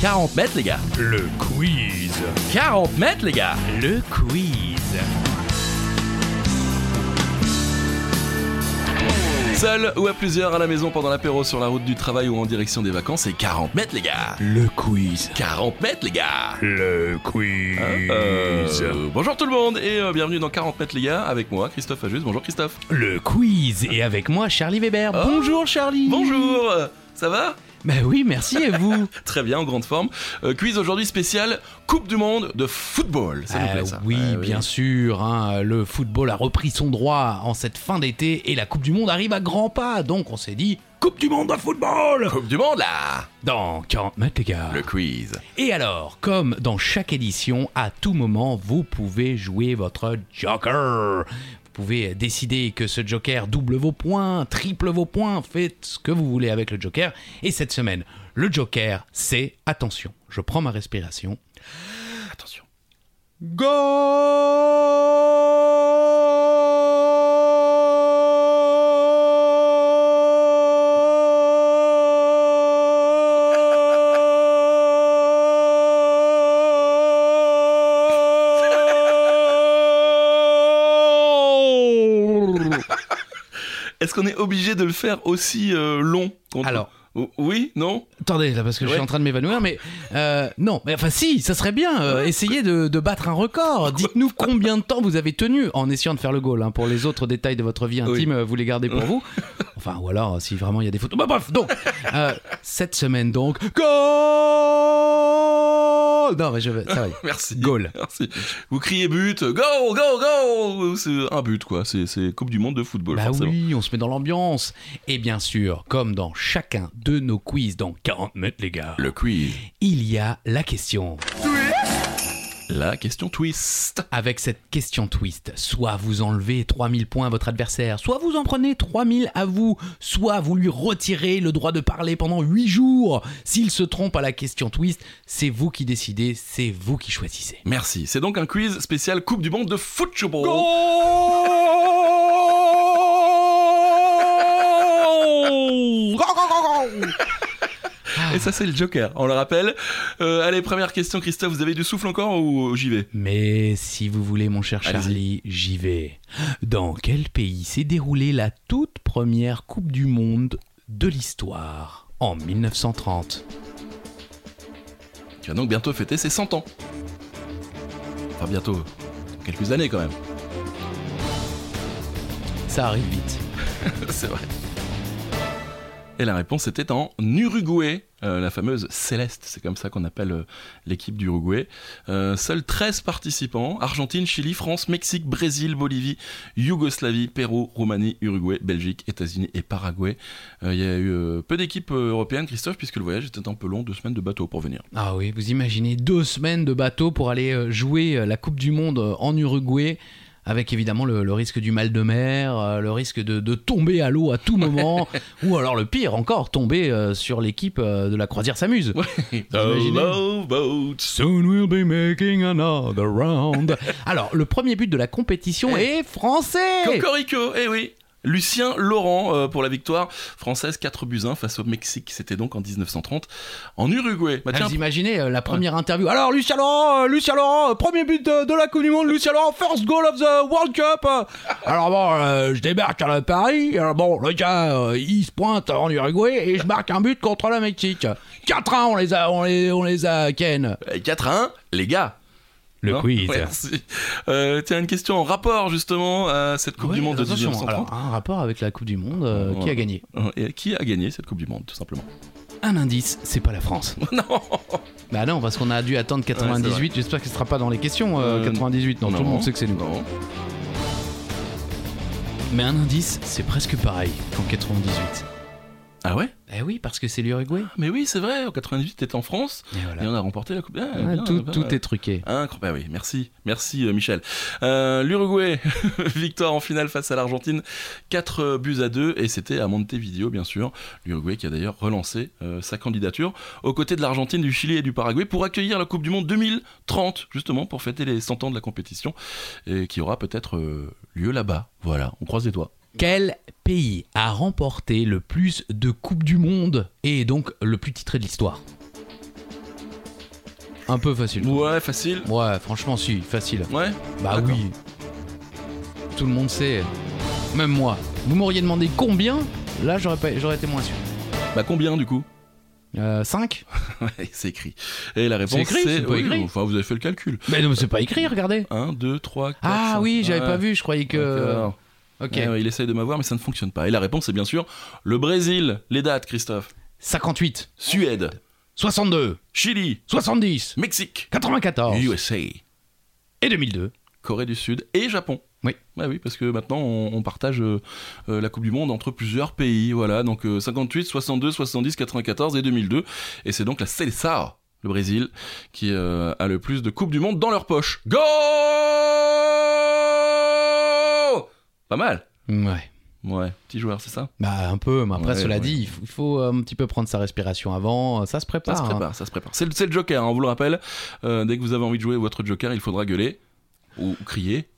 40 mètres, les gars. Le quiz. 40 mètres, les gars. Le quiz. Seul ou à plusieurs à la maison pendant l'apéro sur la route du travail ou en direction des vacances, c'est 40 mètres, les gars. Le quiz. 40 mètres, les gars. Le quiz. Ah, Euh, bonjour tout le monde et euh, bienvenue dans 40 mètres, les gars. Avec moi, Christophe Ajus. Bonjour, Christophe. Le quiz. Et avec moi, Charlie Weber. Oh. Bonjour, Charlie. Bonjour. euh, Ça va Bah oui, merci et vous. Très bien, en grande forme. Euh, quiz aujourd'hui spécial Coupe du Monde de football. Ça nous Ah plaît, ça. oui, Ah bien sûr. hein, le football a repris son droit en cette fin d'été et la Coupe du Monde arrive à grands pas. Donc on s'est dit Coupe du Monde de football Coupe du Monde, là dans 40 mètres, les gars. Le quiz. Et alors, comme dans chaque édition, à tout moment, vous pouvez jouer votre Joker. Vous pouvez décider que ce Joker double vos points, triple vos points, faites ce que vous voulez avec le Joker. Et cette semaine, le Joker, c'est, attention, je prends ma respiration. Attention. Oh Est-ce qu'on est obligé de le faire aussi euh, long qu'on- Alors. O- Oui Non Attendez, là, parce que je suis Ouais. en train de m'évanouir, mais euh, non, mais enfin si, ça serait bien. euh, essayez de, de battre un record. Dites-nous combien de temps vous avez tenu en essayant de faire le goal. hein. pour les autres détails de votre vie intime, euh, vous les gardez pour vous. Enfin, ou alors si vraiment il y a des photos. Bah, bref, donc euh, cette semaine donc goal. Non, mais je vais. ça va. Merci. Goal. Merci. Vous criez but, go, go, go C'est un but, quoi. C'est c'est Coupe du Monde de football, Bah forcément. oui, on se met dans l'ambiance. Et bien sûr, comme dans chacun de nos quiz dans 40 mètres, les gars, Le quiz. il y a la question. La question twist. Avec cette question twist, soit vous enlevez 3000 points à votre adversaire, soit vous en prenez 3000 à vous, soit vous lui retirez le droit de parler pendant 8 jours. S'il se trompe à la question twist, c'est vous qui décidez, c'est vous qui choisissez. Merci. C'est donc un quiz spécial Coupe du Monde de football. Et ça, c'est le Joker, on le rappelle. Euh, allez, première question, Christophe, vous avez du souffle encore ou j'y vais Mais si vous voulez, mon cher Allez-y. Charlie, j'y vais. Dans quel pays s'est déroulée la toute première Coupe du Monde de l'histoire en 1930 Tu vas donc bientôt fêter ses 100 ans. Enfin, bientôt. Quelques années quand même. Ça arrive vite. c'est vrai. Et la réponse était en Uruguay, euh, la fameuse Céleste, c'est comme ça qu'on appelle euh, l'équipe d'Uruguay. Euh, seuls 13 participants, Argentine, Chili, France, Mexique, Brésil, Bolivie, Yougoslavie, Pérou, Roumanie, Uruguay, Belgique, États-Unis et Paraguay. Euh, Il y a eu euh, peu d'équipes euh, européennes, Christophe, puisque le voyage était un peu long, deux semaines de bateau pour venir. Ah oui, vous imaginez deux semaines de bateau pour aller euh, jouer euh, la Coupe du Monde euh, en Uruguay, avec évidemment le, le risque du mal de mer, euh, le risque de, de tomber à l'eau à tout moment, ou alors le pire encore, tomber euh, sur l'équipe euh, de la croisière s'amuse. imaginez Hello, boat. Soon we'll be making another round. Eh. Alors, le premier but de la compétition est français. Cocorico, eh oui Lucien Laurent euh, pour la victoire française 4 buts 1 face au Mexique. C'était donc en 1930 en Uruguay. Bah, Là, tiens, vous imaginez euh, la première interview. Alors, Lucien Laurent, euh, Lucien Laurent, euh, premier but de, de la Coupe du Monde, Lucien Laurent, first goal of the World Cup. euh. Alors, bon, euh, je débarque à la Paris. Alors, bon, le gars, euh, il se pointe en Uruguay et je marque un but contre le Mexique. 4-1, on les a, on les, on les a, Ken. euh, 4 à 1, les gars Non Merci. Euh, tiens, une question en rapport justement à cette Coupe du Monde de 1930. un rapport avec la Coupe du Monde, qui a gagné Euh, Et qui a gagné cette Coupe du Monde, tout simplement Un indice, c'est pas la France. Non Bah non, parce qu'on a dû attendre 98. J'espère que ce sera pas dans les questions. euh, Euh, 98, non, tout le non. monde sait que c'est nous. Non. Mais un indice, c'est presque pareil qu'en 98. Ah ouais Ah, Eh oui, parce que c'est l'Uruguay. Mais oui, c'est vrai, en 98, t'étais en France Et voilà. et on a remporté la Coupe. Ah, Ouais, bien, tout, pas tout mal. est truqué. Incroyable, Ah oui, merci, merci euh, Michel. Euh, L'Uruguay, victoire en finale face à l'Argentine, 4 buts à 2, et c'était à Montevideo, bien sûr. L'Uruguay qui a d'ailleurs relancé euh, sa candidature aux côtés de l'Argentine, du Chili et du Paraguay pour accueillir la Coupe du Monde 2030, justement, pour fêter les 100 ans de la compétition, et qui aura peut-être euh, lieu là-bas. Voilà, on croise les doigts. Quel pays a remporté le plus de Coupes du Monde et est donc le plus titré de l'histoire Un peu facile. Ouais, facile. Ouais, franchement, si, facile. Ouais Bah D'accord. oui. Tout le monde sait. Même moi. Vous m'auriez demandé combien Là, j'aurais, pas, j'aurais été moins sûr. Bah combien du coup Euh, 5 Ouais, c'est écrit. Et la réponse C'est écrit, c'est pas oui, écrit. Enfin, vous avez fait le calcul. Mais non, mais c'est pas écrit, regardez. 1, 2, 3, 4. Ah oui, j'avais pas vu, je croyais que. D'accord. Ok. euh, Ouais, ouais, il essaye de m'avoir, mais ça ne fonctionne pas. Et la réponse est bien sûr le Brésil. Les dates, Christophe. 58, Suède, 62, Chili, 70, Mexique, 94 USA, et 2002. Corée du Sud et Japon. Oui. Bah oui, parce que maintenant on, on partage euh, euh, la Coupe du Monde entre plusieurs pays. Voilà, donc euh, 58, 62, 70, 94 et 2002. Et c'est donc la Seleção, le Brésil, qui euh, a le plus de Coupe du Monde dans leur poche. Go Pas mal. Ouais. Ouais, petit joueur, c'est ça Bah un peu, mais après Ouais, cela ouais. dit, il faut, il faut un petit peu prendre sa respiration avant, ça se Ça prépare. se hein. prépare, ça se prépare. C'est le, c'est le Joker, hein, on vous le rappelle. Euh, dès que vous avez envie de jouer votre Joker, il faudra gueuler ou crier.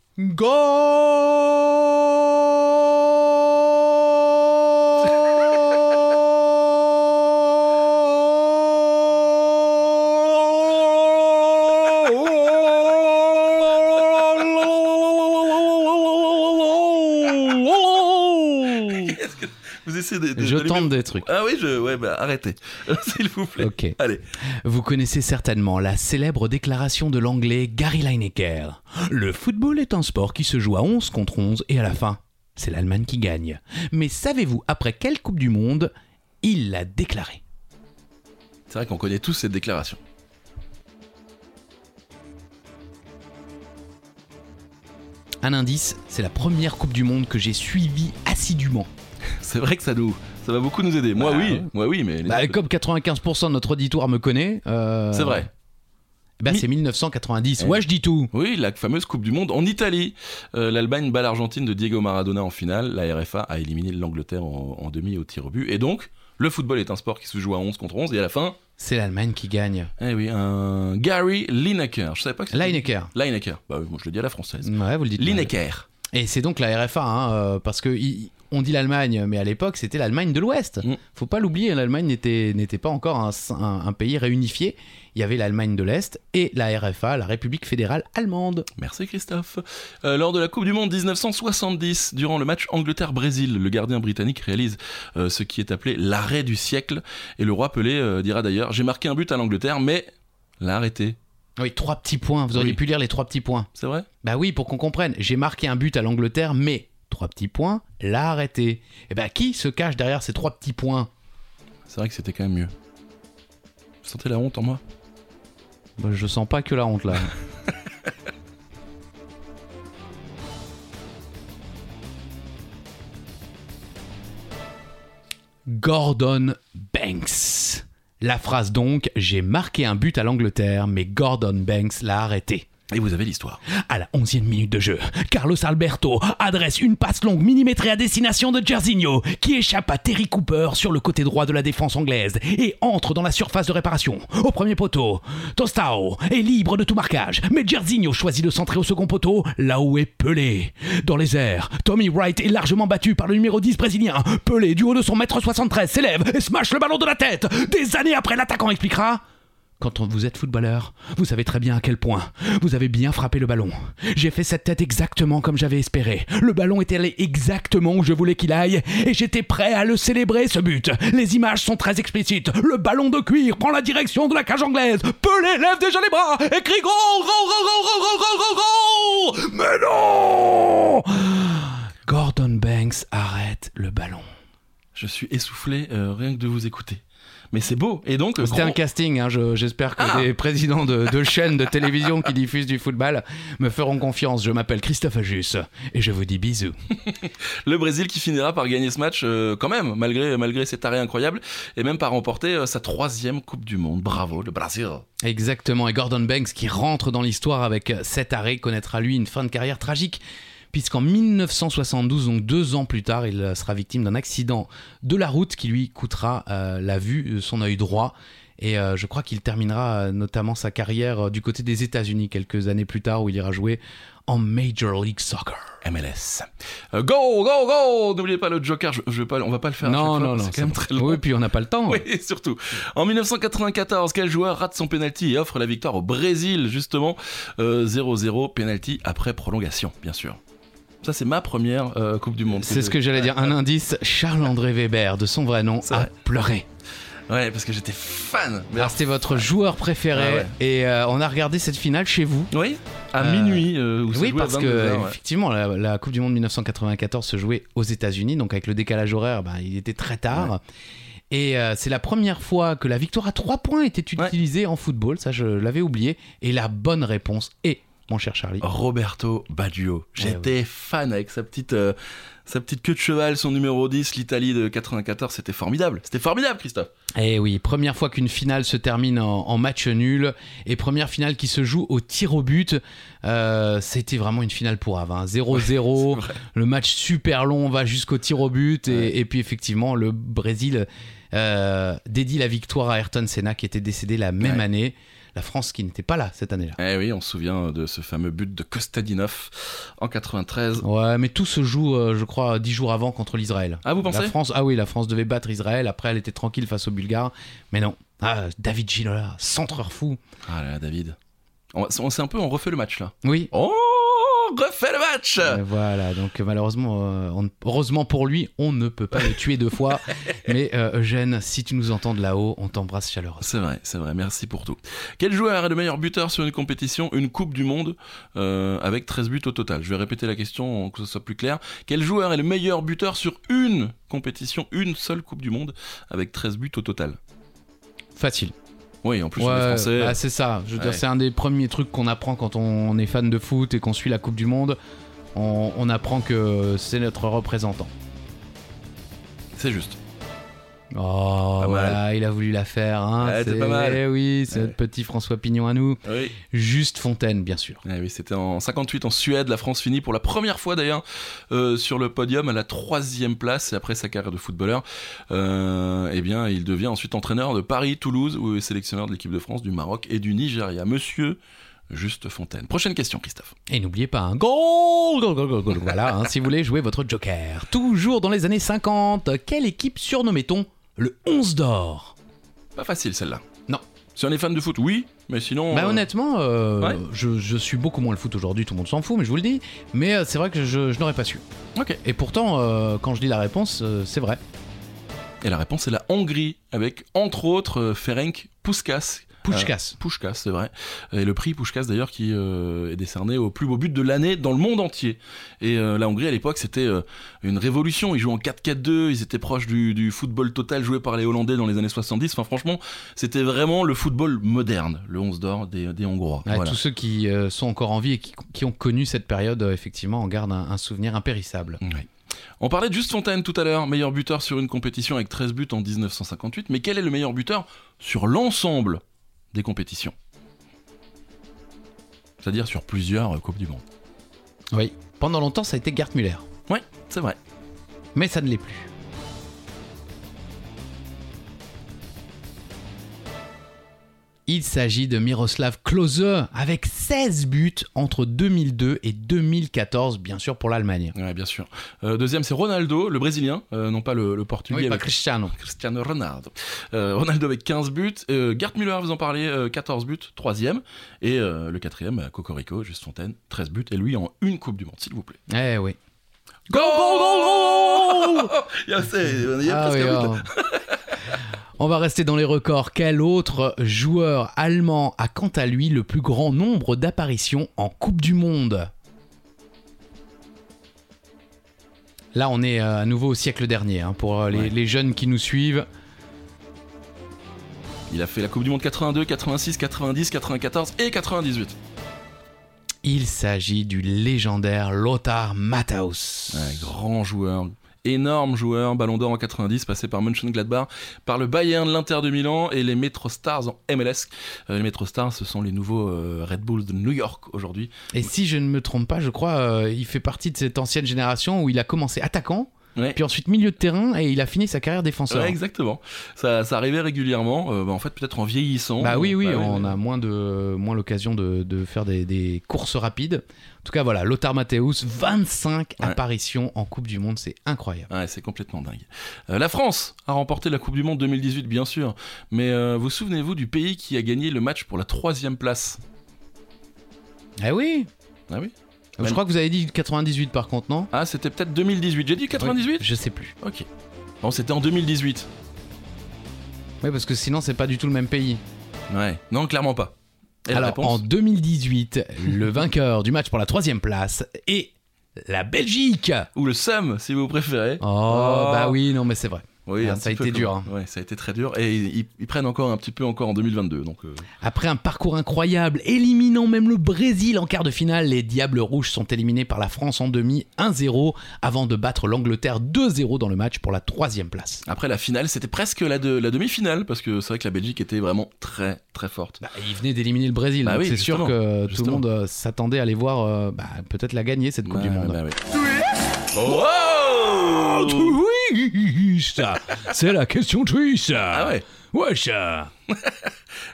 Vous essayez de. de- Je d'allumer- tente des trucs. Ah oui, je. Ouais, bah arrêtez. S'il vous plaît. Ok. Allez. Vous connaissez certainement la célèbre déclaration de l'anglais Gary Lineker. Le football est un sport qui se joue à 11 contre 11 et à la fin, c'est l'Allemagne qui gagne. Mais savez-vous après quelle Coupe du Monde il l'a déclaré C'est vrai qu'on connaît tous cette déclaration. Un indice, c'est la première Coupe du Monde que j'ai suivie assidûment. C'est vrai que ça nous. Ça va beaucoup nous aider. Moi, Bah, oui. ouais. Moi, oui, mais. les Bah, autres- comme 95% de notre auditoire me connaît, euh, C'est vrai. Bah, Mi- c'est 1990. Eh. Ouais, je dis tout. Oui, la fameuse Coupe du Monde en Italie. Euh, L'Allemagne bat l'Argentine de Diego Maradona en finale. La RFA a éliminé l'Angleterre en, en demi au tir au but. Et donc, le football est un sport qui se joue à 11 contre 11. Et à la fin, C'est l'Allemagne qui gagne. eh oui, un Gary Lineker. Je savais pas que c'était- Lineker. Lineker. Bah oui, moi je le dis à la française. Ouais, vous le dites. mal. Lineker. Et c'est donc la RFA, hein, euh, parce que i- on dit l'Allemagne, mais à l'époque c'était l'Allemagne de l'Ouest. Mm. Faut pas l'oublier, l'Allemagne n'était n'était pas encore un, s- un- un pays réunifié. Il y avait l'Allemagne de l'Est et la RFA, la République fédérale allemande. Merci Christophe. Euh, lors de la Coupe du Monde 1970, durant le match Angleterre-Brésil, le gardien britannique réalise euh, ce qui est appelé l'arrêt du siècle. Et le roi Pelé euh, dira d'ailleurs J'ai marqué un but à l'Angleterre, mais l'a arrêté. Oui, trois petits points. Vous auriez Oui. pu lire les trois petits points. C'est vrai Bah oui, pour qu'on comprenne. J'ai marqué un but à l'Angleterre, mais trois petits points, l'a arrêté. Et bah qui se cache derrière ces trois petits points C'est vrai que c'était quand même mieux. Vous sentez la honte en moi Bah, Je sens pas que la honte là. Gordon Banks. La phrase donc, j'ai marqué un but à l'Angleterre, mais Gordon Banks l'a arrêté. Et vous avez l'histoire. À la 11e minute de jeu, Carlos Alberto adresse une passe longue millimétrée à destination de Jairzinho, qui échappe à Terry Cooper sur le côté droit de la défense anglaise et entre dans la surface de réparation. Au premier poteau, Tostao est libre de tout marquage, mais Jairzinho choisit de centrer au second poteau, là où est Pelé. Dans les airs, Tommy Wright est largement battu par le numéro 10 brésilien. Pelé, du haut de son mètre 73, s'élève et smash le ballon de la tête. Des années après, l'attaquant expliquera quand on- vous êtes footballeur, vous savez très bien à quel point. Vous avez bien frappé le ballon. J'ai fait cette tête exactement comme j'avais espéré. Le ballon était allé exactement où je voulais qu'il aille et j'étais prêt à le célébrer ce but. Les images sont très explicites. Le ballon de cuir prend la direction de la cage anglaise. Pelé lève déjà les bras et crie goal, goal, goal, goal, goal, goal, goal, goal. Mais non Gordon Banks arrête le ballon. Je suis essoufflé euh, rien que de vous écouter. Mais c'est beau. Et donc, C'était un gros- casting, hein, je- j'espère que les présidents de, de chaînes de télévision qui diffusent du football me feront confiance. Je m'appelle Christophe Ajus et je vous dis bisous. le Brésil qui finira par gagner ce match euh, quand même, malgré, malgré cet arrêt incroyable, et même par remporter euh, sa troisième Coupe du Monde. Bravo, le Brésil. Exactement, et Gordon Banks qui rentre dans l'histoire avec cet arrêt connaîtra lui une fin de carrière tragique. Puisqu'en 1972, donc deux ans plus tard, il sera victime d'un accident de la route qui lui coûtera euh, la vue de euh, son œil droit. Et euh, je crois qu'il terminera euh, notamment sa carrière euh, du côté des États-Unis quelques années plus tard où il ira jouer en Major League Soccer. MLS. Euh, go, go, go N'oubliez pas le Joker, je, je vais pas, on va pas le faire. à chaque fois, parce que C'est quand même bon. très long. Oui, puis on n'a pas le temps. Oui, surtout. En 1994, quel joueur rate son penalty et offre la victoire au Brésil, justement Euh, 0-0, penalty après prolongation, bien sûr. Ça, c'est ma première euh, Coupe du Monde. C'est ce que j'allais dire. Un indice, Charles-André Weber, de son vrai nom, C'est a vrai. pleuré. Ouais, parce que j'étais fan. Mais- Alors c'était votre joueur Ah préféré et euh, on a regardé cette finale chez vous. Oui, à Euh, minuit. euh, où ça Oui, jouait à parce que 22, ouais. effectivement, la, la Coupe du Monde 1994 se jouait aux États-Unis, donc avec le décalage horaire, ben, il était très tard. Et euh, c'est la première fois que la victoire à 3 points était Ouais. utilisée en football, ça je l'avais oublié. Et la bonne réponse est, mon cher Charlie, Roberto Baggio. J'étais fan avec sa petite, euh, sa petite queue de cheval, son numéro 10, l'Italie de 94. C'était formidable. C'était formidable, Christophe. Eh oui, première fois qu'une finale se termine en, en match nul et première finale qui se joue au tir au but. Euh, C'était vraiment une finale pour Ave. hein. 0-0, c'est vrai. le match super long, on va jusqu'au tir au but et, Ouais. et puis effectivement le Brésil euh, dédie la victoire à Ayrton Senna qui était décédé la même Ouais. année. La France qui n'était pas là cette année-là. Eh oui, on se souvient de ce fameux but de Kostadinov en 93. Ouais, mais tout se joue, euh, je crois, dix jours avant contre l'Israël. Ah, vous La pensez France, ah oui, la France devait battre Israël. Après, elle était tranquille face aux Bulgares, mais non. Ah, David Ginola, centreur fou. Ah là là, David. On, on s'est un peu, on refait le match là. Oui, On Oh, refait le match Euh, voilà, donc euh, malheureusement, euh, on ne- heureusement pour lui, on ne peut pas le tuer deux fois. Mais euh, Eugène, si tu nous entends de là-haut, on t'embrasse chaleureusement. C'est vrai, c'est vrai, merci pour tout. Quel joueur est le meilleur buteur sur une compétition, une Coupe du Monde, euh, avec 13 buts au total Je vais répéter la question que ce soit plus clair. Quel joueur est le meilleur buteur sur une compétition, une seule Coupe du Monde, avec 13 buts au total Facile. Oui, en plus, on est Ouais, français. bah, c'est ça. Je veux dire, Ouais. c'est un des premiers trucs qu'on apprend quand on est fan de foot et qu'on suit la Coupe du Monde. On, on apprend que c'est notre représentant. c'est juste. Oh, Pas mal. voilà, il a voulu la faire. Hein, Ouais, c'est pas mal. Eh oui, c'est Ouais. notre petit François Pignon à nous. Oui. Juste Fontaine, bien sûr. Ah oui, c'était en 58 en Suède. La France finit pour la première fois d'ailleurs euh, sur le podium à la troisième place. Et après sa carrière de footballeur, euh, eh bien, il devient ensuite entraîneur de Paris, Toulouse, ou est sélectionneur de l'équipe de France, du Maroc et du Nigeria. Monsieur Juste Fontaine. Prochaine question, Christophe. Et n'oubliez pas, un goal, goal, goal, goal, goal. Voilà, hein, si vous voulez jouer votre joker. Toujours dans les années 50, quelle équipe surnommait-on le 11 d'or Pas facile celle-là. Non. Si on est fan de foot, oui, mais sinon. Bah euh, honnêtement, euh, ouais. je, je suis beaucoup moins le foot aujourd'hui, tout le monde s'en fout, mais je vous le dis. Mais euh, c'est vrai que je, je n'aurais pas su. Ok. Et pourtant, euh, quand je dis la réponse, euh, c'est vrai. euh, Et la réponse est la Hongrie, avec entre autres euh, Ferenc Puskas. Pushkas. Pushkas, c'est vrai. Et le prix Pushkas, d'ailleurs, qui euh, est décerné au plus beau but de l'année dans le monde entier. Et euh, la Hongrie, à l'époque, c'était euh, une révolution. Ils jouaient en 4-4-2, ils étaient proches du, du football total joué par les Hollandais dans les années 70. Enfin, franchement, c'était vraiment le football moderne, le 11 d'or des, des Hongrois. Ouais, Voilà. Tous ceux qui euh, sont encore en vie et qui, qui ont connu cette période, euh, effectivement, en gardent un- un souvenir impérissable. Oui. On parlait de Juste Fontaine tout à l'heure, meilleur buteur sur une compétition avec 13 buts en 1958. Mais quel est le meilleur buteur sur l'ensemble des compétitions C'est-à-dire sur plusieurs euh, Coupes du Monde. Oui. Pendant longtemps, ça a été Gert Müller. Oui, c'est vrai. Mais ça ne l'est plus. Il s'agit de Miroslav Klose avec 16 buts entre 2002 et 2014, bien sûr pour l'Allemagne. Ouais, bien sûr. Euh, deuxième, c'est Ronaldo, le Brésilien, euh, non pas le, le Portugais. Oui, pas avec Cristiano. Cristiano Ronaldo. Euh, Ronaldo avec 15 buts. Euh, Gerd Müller, vous en parlez, euh, 14 buts, troisième. Et euh, le quatrième, euh, Cocorico, Juste Fontaine, 13 buts. Et lui en une Coupe du Monde, s'il vous plaît. Eh oui. Go, go, go, go Il y a, c'est- il y a Ah presque oui, un but, là. oh. On va rester dans les records. Quel autre joueur allemand a quant à lui le plus grand nombre d'apparitions en Coupe du Monde Là, on est euh, à nouveau au siècle dernier. hein, pour euh, les, Ouais. les jeunes qui nous suivent, Il a fait la Coupe du Monde 82, 86, 90, 94 et 98. il s'agit du légendaire Lothar Matthaus. Un grand joueur, énorme joueur, Ballon d'Or en 90, passé par Mönchengladbach, par le Bayern, l'Inter de Milan et les Metro Stars en MLS. Euh, les Metro Stars, ce sont les nouveaux euh, Red Bulls de New York aujourd'hui. Et si je ne me trompe pas, je crois, euh, il fait partie de cette ancienne génération où il a commencé attaquant Ouais. puis ensuite milieu de terrain, et il a fini sa carrière défenseur. Ouais, exactement. Ça, ça arrivait régulièrement. euh, bah, en fait, peut-être en vieillissant. Bah oui, oui, Bah on ouais. a moins de moins l'occasion de, de faire des, des courses rapides. En tout cas, voilà, Lothar Matthäus, 25 Ouais. apparitions en Coupe du Monde, c'est incroyable. Ouais, c'est complètement dingue. Euh, la France a remporté la Coupe du Monde 2018, bien sûr. Mais euh, vous souvenez-vous du pays qui a gagné le match pour la troisième place Eh oui Ah oui Je crois que vous avez dit 98 par contre, non Ah, c'était peut-être 2018. J'ai dit 98 Je sais plus. Ok. Non, c'était en 2018. Oui, parce que sinon, c'est pas du tout le même pays. Ouais. Non, clairement pas. Et la Alors, en réponse 2018, le vainqueur du match pour la troisième place est la Belgique Ou le SAM, si vous préférez. Oh, bah oui, non, mais c'est vrai. Oui, Ah, un ça a petit peu été dur, quand même. Ouais, ça a été très dur. Et ils, ils prennent encore un petit peu encore en 2022. Donc, euh, Après un parcours incroyable, éliminant même le Brésil en quart de finale, les Diables Rouges sont éliminés par la France en demi 1-0 avant de battre l'Angleterre 2-0 dans le match pour la troisième place. Après la finale, c'était presque la, de- la demi-finale parce que c'est vrai que la Belgique était vraiment très très forte. Bah, ils venaient d'éliminer le Brésil, Bah donc oui, c'est sûr justement, que tout le justement. monde euh, s'attendait à les voir euh, bah, peut-être la gagner cette Coupe du Ouais, Monde. bah ouais. Oh Twist C'est la question twist ah ouais, Ouais, ça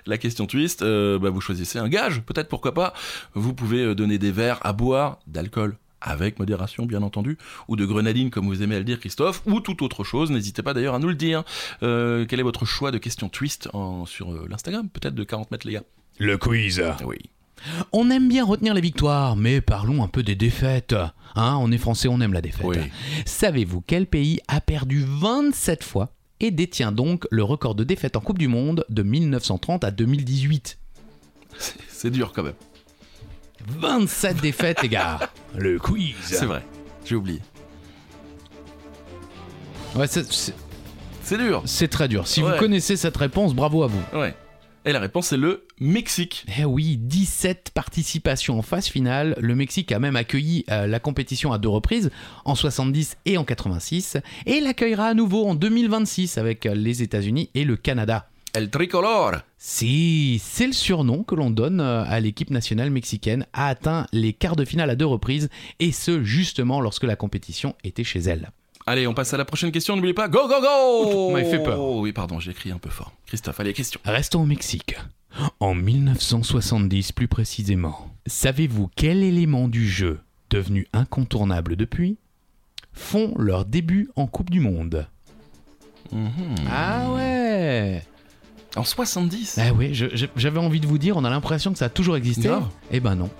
la question twist, euh, bah vous choisissez un gage, peut-être pourquoi pas. Vous pouvez euh, donner des verres à boire, d'alcool, avec modération bien entendu, ou de grenadine comme vous aimez à le dire Christophe, ou toute autre chose, n'hésitez pas d'ailleurs à nous le dire. Euh, quel est votre choix de question twist en- sur euh, l'Instagram, peut-être de 40 mètres les gars Le quiz Oui. On aime bien retenir les victoires, mais parlons un peu des défaites. Hein, on est français, on aime la défaite. Oui. Savez-vous quel pays a perdu 27 fois et détient donc le record de défaites en Coupe du Monde de 1930 à 2018 C'est- C'est dur quand même, 27 défaites, les gars Le quiz c'est vrai, j'ai oublié. Ouais, c'est- c'est- C'est dur c'est très dur. Si Ouais. vous connaissez cette réponse, bravo à vous. Ouais. Et la réponse c'est le Mexique. Eh oui, 17 participations en phase finale. Le Mexique a même accueilli euh, la compétition à deux reprises, en 70 et en 86, et l'accueillera à nouveau en 2026 avec euh, les États-Unis et le Canada. El tricolore. Si, c'est le surnom que l'on donne euh, à l'équipe nationale mexicaine, a atteint les quarts de finale à deux reprises, et ce justement lorsque la compétition était chez elle. Allez, on passe à la prochaine question. N'oubliez pas, go go go Oups, m'avait fait peur. Oui, pardon, j'ai écrit un peu fort. Christophe, allez, question. Restons au Mexique. En 1970 plus précisément, savez-vous quel élément du jeu, devenu incontournable depuis, font leur début en Coupe du Monde Ah ouais En 70 Ah ouais, je- je- j'avais envie de vous dire, on a l'impression que ça a toujours existé. Grave. Eh ben non.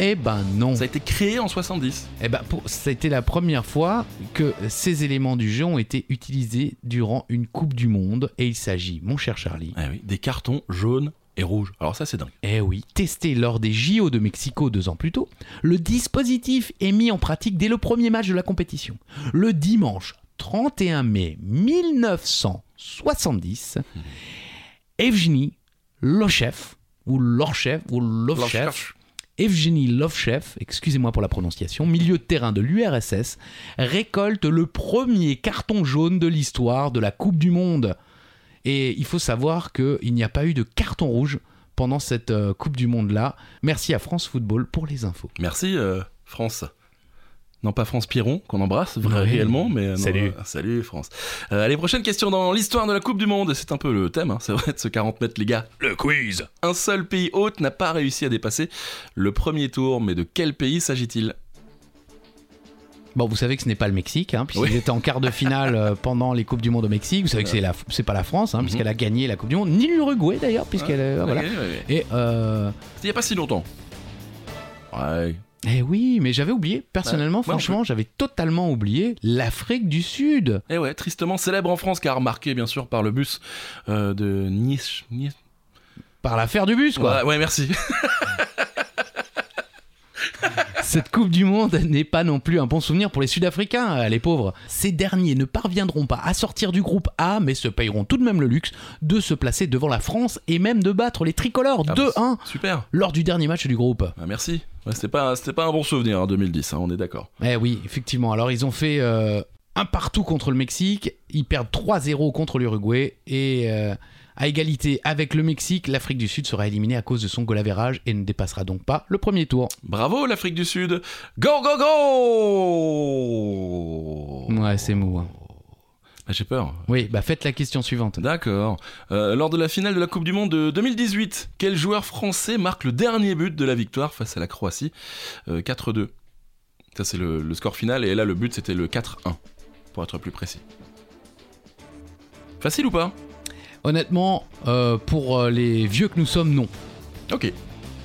Eh ben non. Ça a été créé en 70. Eh ben pour, ça a été la première fois que ces éléments du jeu ont été utilisés durant une Coupe du Monde. Et il s'agit, mon cher Charlie, Ah oui, des cartons jaunes et rouges. Alors ça, c'est dingue. Eh oui, testé lors des JO de Mexico deux ans plus tôt, le dispositif est mis en pratique dès le premier match de la compétition. Le dimanche 31 mai 1970, Evgeny Lochev, ou Lorchev, ou Lovchev, Evgeny Lovchev, excusez-moi pour la prononciation, milieu de terrain de l'URSS, récolte le premier carton jaune de l'histoire de la Coupe du Monde. Et il faut savoir qu'il n'y a pas eu de carton rouge pendant cette euh, Coupe du Monde-là. Merci à France Football pour les infos. Merci, euh, France. Non, pas France Piron, qu'on embrasse vrai- Oui. réellement, mais. euh, non, Salut. euh, salut, France. Euh, allez, prochaine question dans l'histoire de la Coupe du Monde. C'est un peu le thème, hein, c'est vrai, de ce 40 mètres, les gars. Le quiz Un seul pays hôte n'a pas réussi à dépasser le premier tour, mais de quel pays s'agit-il Bon, vous savez que ce n'est pas le Mexique, hein, puisqu'ils Oui. étaient en quart de finale euh, pendant les Coupes du Monde au Mexique. Vous savez que c'est la- c'est pas la France, hein, Mhm. puisqu'elle a gagné la Coupe du Monde, ni l'Uruguay d'ailleurs, puisqu'elle. euh, voilà. Ouais, ouais, ouais. Et euh, C'était il n'y a pas si longtemps. Ouais. Eh oui, mais j'avais oublié. Personnellement, Bah, moi non franchement, j'avais totalement oublié l'Afrique du Sud. Et Eh ouais, tristement célèbre en France, car marqué bien sûr par le bus euh, de Nice. Nice- Par l'affaire du bus, quoi. Ouais, ouais, merci. Cette Coupe du Monde n'est pas non plus un bon souvenir pour les Sud-Africains, euh, les pauvres. Ces derniers ne parviendront pas à sortir du groupe A, mais se payeront tout de même le luxe de se placer devant la France et même de battre les tricolores Ah bah, 2-1 Super. lors du dernier match du groupe. Ah, merci. Ouais, c'était pas, c'était pas un bon souvenir en 2010, hein, on est d'accord. Eh oui, effectivement. Alors, ils ont fait euh, un partout contre le Mexique, ils perdent 3-0 contre l'Uruguay et euh, À égalité avec le Mexique, l'Afrique du Sud sera éliminée à cause de son goal average et ne dépassera donc pas le premier tour. Bravo l'Afrique du Sud. Go go go. Ouais, c'est mou. hein. Bah, J'ai peur. Oui, bah faites la question suivante. D'accord. Euh, lors de la finale de la Coupe du Monde de 2018, quel joueur français marque le dernier but de la victoire face à la Croatie Euh, 4-2. Ça, c'est le, le score final. Et là, le but, c'était le 4-1, pour être plus précis. Facile ou pas Honnêtement, euh, pour euh, les vieux que nous sommes, non. Ok.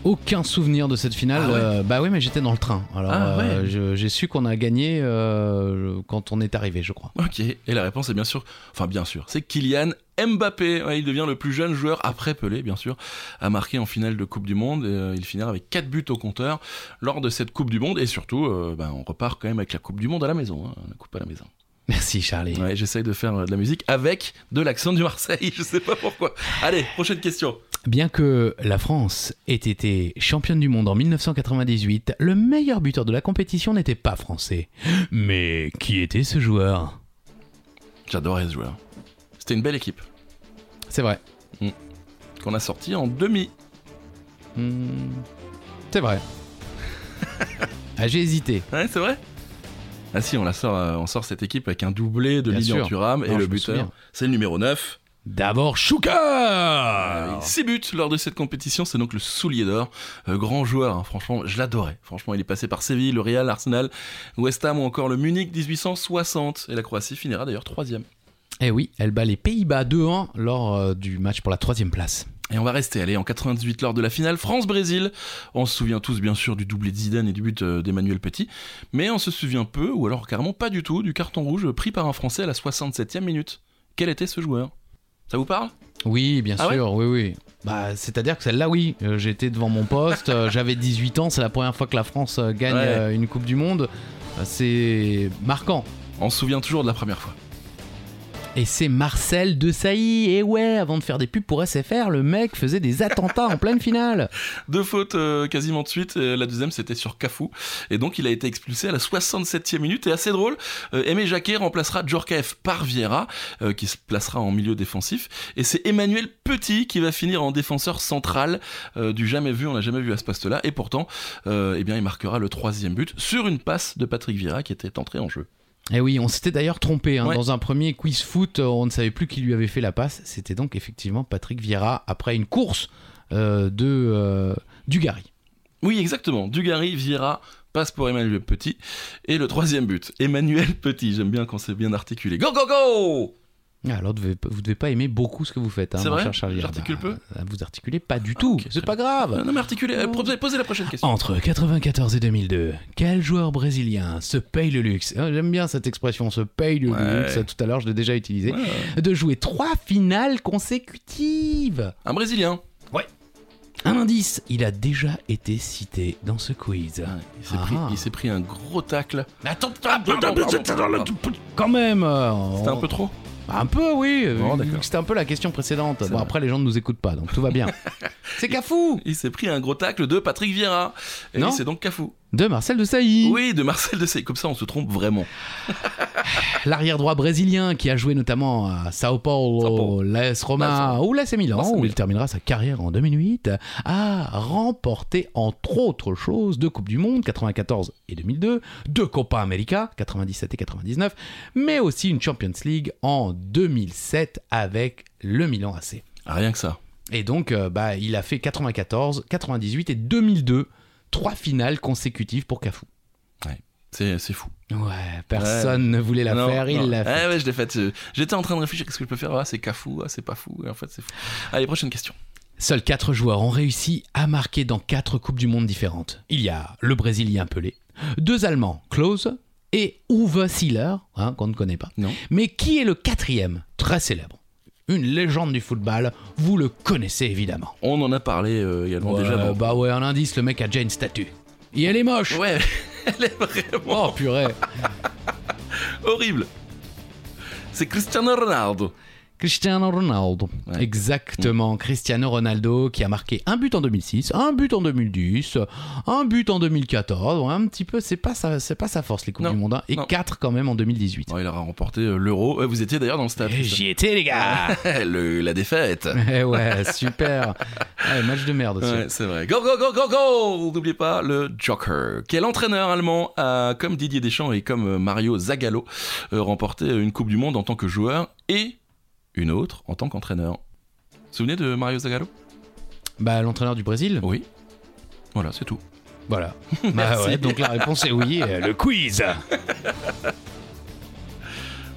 Aucun souvenir de cette finale. Ah ouais. Euh, bah oui, mais j'étais dans le train. Alors Ah euh, je- j'ai su qu'on a gagné euh, quand on est arrivé, je crois. Ok. Et la réponse est bien sûr, enfin bien sûr, c'est Kylian Mbappé. Ouais, il devient le plus jeune joueur après Pelé, bien sûr, à marquer en finale de Coupe du Monde. Et, euh, il finira avec 4 buts au compteur lors de cette Coupe du Monde. Et surtout, euh, ben, on repart quand même avec la Coupe du Monde à la maison. hein, la Coupe à la maison. Merci Charlie. Ouais, j'essaye de faire euh, de la musique avec de l'accent du Marseille, je sais pas pourquoi. Allez, prochaine question. Bien que la France ait été championne du monde en 1998, le meilleur buteur de la compétition n'était pas français. Mais qui était ce joueur J'adorais ce joueur. C'était une belle équipe C'est vrai. qu'on a sortie en demi. Hmm, C'est vrai. ah, j'ai hésité. Ouais, c'est vrai Ah si, on la sort, euh, on sort cette équipe avec un doublé de Bien Lilian sûr. Thuram et Non, le je me buteur, souviens. c'est le numéro 9. D'abord, Chouka 6 buts lors de cette compétition, c'est donc le soulier d'or. Euh, grand joueur, hein, franchement, je l'adorais. Franchement, il est passé par Séville, le Real, Arsenal, West Ham ou encore le Munich 1860. Et la Croatie finira d'ailleurs troisième. Eh oui, elle bat les Pays-Bas 2-1 lors euh, du match pour la troisième place. Et on va rester, allez, en 98 lors de la finale France-Brésil. On se souvient tous bien sûr du doublé de Zidane et du but euh, d'Emmanuel Petit, mais on se souvient peu, ou alors carrément pas du tout, du carton rouge pris par un Français à la 67e minute. Quel était ce joueur Ça vous parle Oui, bien Ah ouais sûr, oui, oui. Bah, c'est-à-dire que celle-là, oui. Euh, J'étais devant mon poste, euh, j'avais 18 ans, c'est la première fois que la France euh, gagne Ouais. euh, une Coupe du Monde. Euh, C'est marquant. On se souvient toujours de la première fois. Et c'est Marcel Desailly. Et ouais, avant de faire des pubs pour SFR, le mec faisait des attentats en pleine finale. Deux fautes euh, quasiment de suite. euh, la deuxième, c'était sur Cafou. Et donc, il a été expulsé à la 67e minute. Et assez drôle, euh, Aimé Jacquet remplacera Djorkaeff par Vieira, euh, qui se placera en milieu défensif. Et c'est Emmanuel Petit qui va finir en défenseur central euh, du jamais vu. On n'a jamais vu à ce poste-là. Et pourtant, euh, eh bien, il marquera le troisième but sur une passe de Patrick Vieira qui était entré en jeu. Et Eh oui, on s'était d'ailleurs trompé. hein. Ouais. Dans un premier quiz foot, euh, on ne savait plus qui lui avait fait la passe. C'était donc effectivement Patrick Vieira après une course euh, de euh, Dugarry. Oui, exactement. Dugarry, Vira, passe pour Emmanuel Petit. Et le troisième but, Emmanuel Petit. J'aime bien quand c'est bien articulé. Go, go, go Ah, Alors, devez- vous devez pas aimer beaucoup ce que vous faites, hein, C'est mon vrai cher Charlie. J'articule Ah bah, Vous articulez pas du tout, ok, c'est très pas grave. Non, mais articulé. Euh, pro- Posez la prochaine question. Entre 94 et 2002, quel joueur brésilien se paye le luxe hein, J'aime bien cette expression, se paye le Ouais. luxe. Tout à l'heure, je l'ai déjà utilisé. Ouais, ouais. De jouer trois finales consécutives. Un Brésilien. Un indice, il a déjà été cité dans ce quiz. Il s'est Ah. pris, il s'est pris un gros tacle. Attends, pardon, pardon, quand même. euh, C'était un on- peu trop. Un peu, oui. Bon, vu que d'accord. C'était un peu la question précédente. C'est Bon, vrai. après, les gens ne nous écoutent pas, donc tout va bien. c'est Cafou Il s'est pris un gros tacle de Patrick Vieira. Et Non. oui, c'est donc Cafou. de Marcel de Sailly. Oui, de Marcel de Sey. Comme ça, on se trompe vraiment. L'arrière droit brésilien qui a joué notamment à Sao Paulo, Sao Paulo. l'AS L'AS Roma ou l'AS Milan, L'AS Milan. où il terminera sa carrière en 2008, a remporté entre autres choses deux Coupes du Monde 94 et 2002, deux Copa América 97 et 99, mais aussi une Champions League en 2007 avec le Milan AC. Ah, Rien que ça. Et donc, euh, bah, il a fait 94, 98 et 2002, trois finales consécutives pour Cafu. C'est c'est fou. Ouais, personne ne voulait la Non, faire, non. il l'a fait. Ah ouais, je l'ai faite. euh, J'étais en train de réfléchir. Qu'est-ce que je peux faire Ah, c'est Cafou. Ah, c'est pas fou. Et En fait, c'est fou. Allez, prochaine question. Seuls quatre joueurs ont réussi à marquer dans quatre Coupes du Monde différentes. Il y a le Brésilien Pelé, deux Allemands, Klose et Uwe Seeler, hein, qu'on ne connaît pas. Non. Mais qui est le quatrième Très célèbre. Une légende du football, vous le connaissez évidemment. On en a parlé euh, également déjà. Ouais, dans- bah ouais, un indice, le mec a déjà une statue. Et elle est moche Ouais, elle est vraiment Oh purée Oh. horrible. C'est Cristiano Ronaldo. Cristiano Ronaldo. Ouais. Mm. Exactement. Cristiano Ronaldo qui a marqué un but en 2006, un but en 2010, un but en 2014. Ouais, un petit peu, c'est pas, sa- c'est pas sa force les Coupes Non, du Monde. hein, Et non. quatre quand même en 2018. Ouais, il aura remporté euh, l'euro. Ouais, vous étiez d'ailleurs dans le stade. Eh, J'y étais les gars Le- la défaite. Eh ouais, super. Ouais, match de merde aussi. Ouais, c'est vrai. Go, go, go, go, go N'oubliez pas le Joker. Quel entraîneur allemand a, comme Didier Deschamps et comme euh, Mario Zagallo, euh, remporté une Coupe du Monde en tant que joueur et une autre en tant qu'entraîneur Vous vous souvenez de Mario Zagallo Bah l'entraîneur du Brésil. Oui. Voilà, c'est tout. Voilà. Bah ouais, donc la réponse est oui. euh, Le quiz.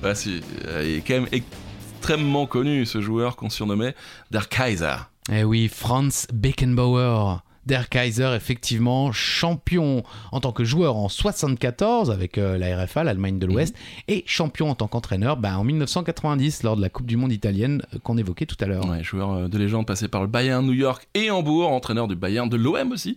Voilà, c'est- euh, il est quand même extrêmement connu, ce joueur qu'on surnommait Der Kaiser. Eh oui, Franz Beckenbauer. Der Kaiser, effectivement, champion en tant que joueur en 74 avec euh, la RFA, l'Allemagne de l'Ouest, Mhm. et champion en tant qu'entraîneur bah, en 1990 lors de la Coupe du Monde italienne euh, qu'on évoquait tout à l'heure. Ouais, joueur euh, de légende passé par le Bayern, New York et Hambourg, entraîneur du Bayern, de l'OM aussi,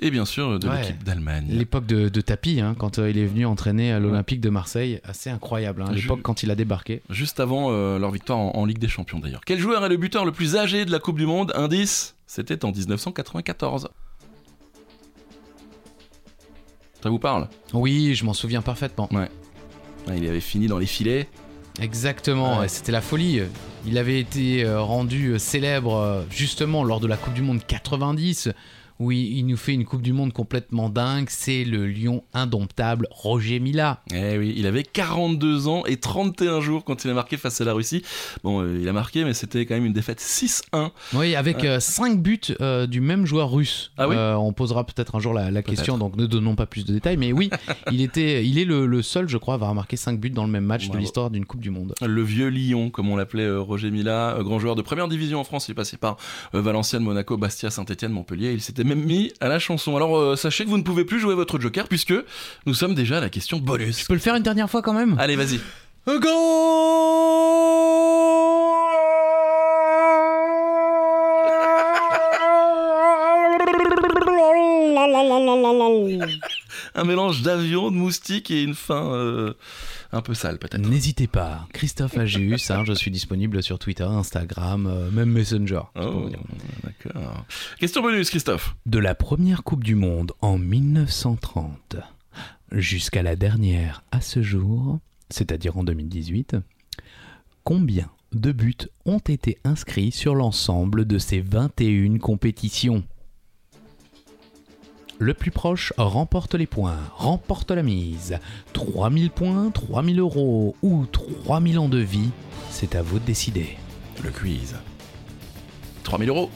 et bien sûr euh, de Ouais. l'équipe d'Allemagne. L'époque de, de Tapi, hein, quand euh, il est venu entraîner à l'Olympique de Marseille, assez incroyable. hein, Je- L'époque quand il a débarqué. Juste avant euh, leur victoire en, en Ligue des Champions d'ailleurs. Quel joueur est le buteur le plus âgé de la Coupe du Monde Indice, c'était en 1994. Ça vous parle Oui, je m'en souviens parfaitement. Ouais, Il avait fini dans les filets. Exactement, Ouais. et c'était la folie. Il avait été euh, rendu euh, célèbre euh, justement lors de la Coupe du Monde 90, où il, il nous fait une Coupe du Monde complètement dingue. C'est le lion indomptable Roger Mila. Eh oui, il avait 42 ans et 31 jours quand il a marqué face à la Russie. Bon, euh, il a marqué, mais c'était quand même une défaite 6-1. Oui, avec 5 buts euh, du même joueur russe. Ah oui Euh, on posera peut-être un jour la, la question, donc ne donnons pas plus de détails. Mais oui, il, était, il est le, le seul, je crois, à avoir marqué 5 buts dans le même match de Bravo. l'histoire d'une Coupe du Monde. Le vieux Lyon, comme on l'appelait euh, Roger Mila, euh, grand joueur de première division en France. Il est passé par euh, Valenciennes, Monaco, Bastia, Saint-Etienne, Montpellier. Il s'était même mis à la chanson. Alors euh, sachez que vous ne pouvez plus jouer votre Joker puisque nous sommes déjà à la question Je bonus. peux le faire une dernière fois quand même Allez, vas-y. Un mélange d'avion, de moustique et une fin euh, un peu sale peut-être. N'hésitez pas, Christophe Agius, hein, je suis disponible sur Twitter, Instagram, euh, même Messenger. je peux Oh, vous dire. d'accord. Question bonus, Christophe. De la première Coupe du Monde en 1930 jusqu'à la dernière à ce jour, c'est-à-dire en 2018, combien de buts ont été inscrits sur l'ensemble de ces 21 compétitions le plus proche remporte les points, remporte la mise. 3000 points, 3000 euros ou 3000 ans de vie, c'est à vous de décider. Le quiz. 3000 euros.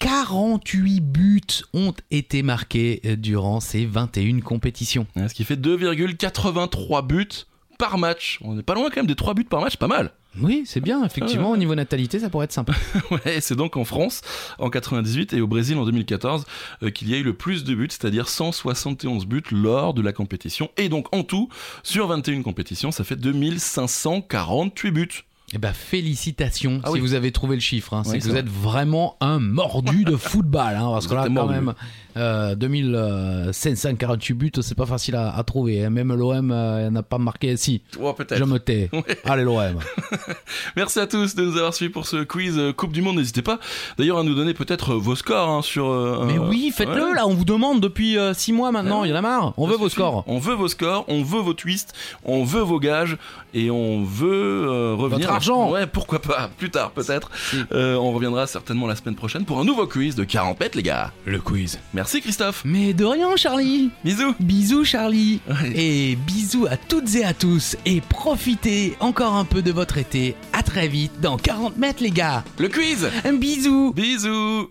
2548 buts ont été marqués euh, durant ces 21 compétitions. Ouais, Ce qui fait 2,83 buts par match. On n'est pas loin quand même des 3 buts par match, pas mal. Oui, c'est bien, effectivement, au niveau natalité, ça pourrait être sympa. Ouais, c'est donc en France en 98 et au Brésil en 2014 euh, qu'il y a eu le plus de buts, c'est-à-dire 171 buts lors de la compétition. Et donc en tout, sur 21 compétitions, ça fait 2548 buts. Eh ben, félicitations Ah si oui. vous avez trouvé le chiffre. hein. c'est Oui, que c'est vous êtes vraiment un mordu de football. hein, parce Vous que là, êtes un quand mordu. même, euh, 2548 buts, c'est pas facile à, à trouver. hein. Même l'OM euh, n'a pas marqué. Si, Oh, peut-être. je me tais. Allez, l'OM. Merci à tous de nous avoir suivis pour ce quiz euh, Coupe du Monde. N'hésitez pas d'ailleurs à nous donner peut-être euh, vos scores hein, sur. euh, Mais euh, oui, faites-le ouais. là, on vous demande depuis 6 mois maintenant, Ouais. il y en a marre, on Ça veut vos suffit. scores. On veut vos scores, on veut vos twists, on veut vos gages et on veut euh, revenir. Votre argent. Ouais, pourquoi pas, plus tard peut-être. Euh, on reviendra certainement la semaine prochaine pour un nouveau quiz de 40 mètres, les gars. Le quiz. Merci Christophe. Mais de rien, Charlie Bisous. Bisous, Charlie Ouais. Et bisous à toutes et à tous, et profitez encore un peu de votre été. À très vite, dans 40 mètres, les gars Le quiz. Un bisou Bisous.